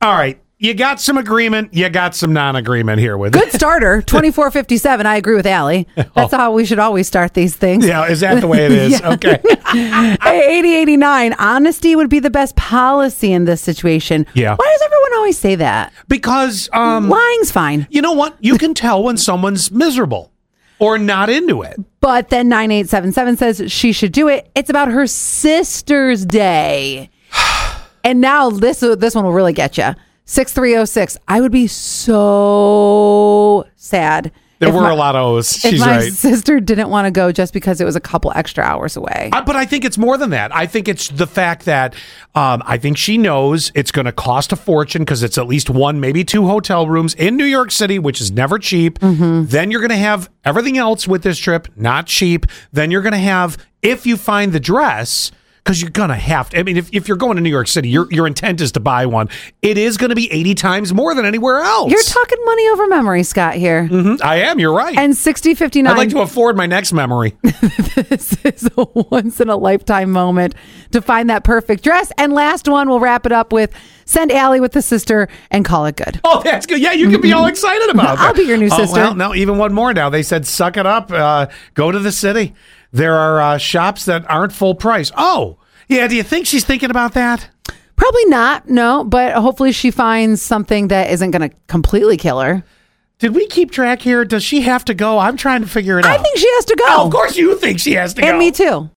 All right. You got some agreement. You got some non-agreement here with Good starter, 2457. I agree with Allie. Oh. That's how we should always start these things. Yeah, is that the way it is? Yeah. Okay. 8089, honesty would be the best policy in this situation. Yeah. Why does everyone always say that? Because um Lying's fine. you know what? You can tell when someone's miserable or not into it. But then 9877 says she should do it. It's about her sister's day. and now this this one will really get you. 6306. I would be so sad. There if were my- a lot of O's. If She's my right. sister didn't want to go just because it was a couple extra hours away. I- but I think it's more than that. I think it's the fact that um, I think she knows it's going to cost a fortune because it's at least one, maybe two hotel rooms in New York City, which is never cheap. Mm-hmm. Then you're going to have everything else with this trip, not cheap. Then you're going to have, if you find the dress, because you're going to have to. I mean, if, if you're going to New York City, your, your intent is to buy one. It is going to be 80 times more than anywhere else. You're talking money over memory, Scott, here. Mhm. I am. You're right. And 6059. I'd like to afford my next memory. this is a once in a lifetime moment to find that perfect dress. And last one, we'll wrap it up with send Allie with the sister and call it good. Oh, that's good. Yeah, you can be all excited about that. I'll be your new Oh, sister. well, no, even one more now. They said, suck it up. Uh, go to the city. There are uh, shops that aren't full price. Oh, yeah. Do you think she's thinking about that? Probably not, no, but hopefully she finds something that isn't going to completely kill her. Did we keep track here? Does she have to go? I'm trying to figure it I out. think she has to go. Oh, of course you think she has to go. And me too.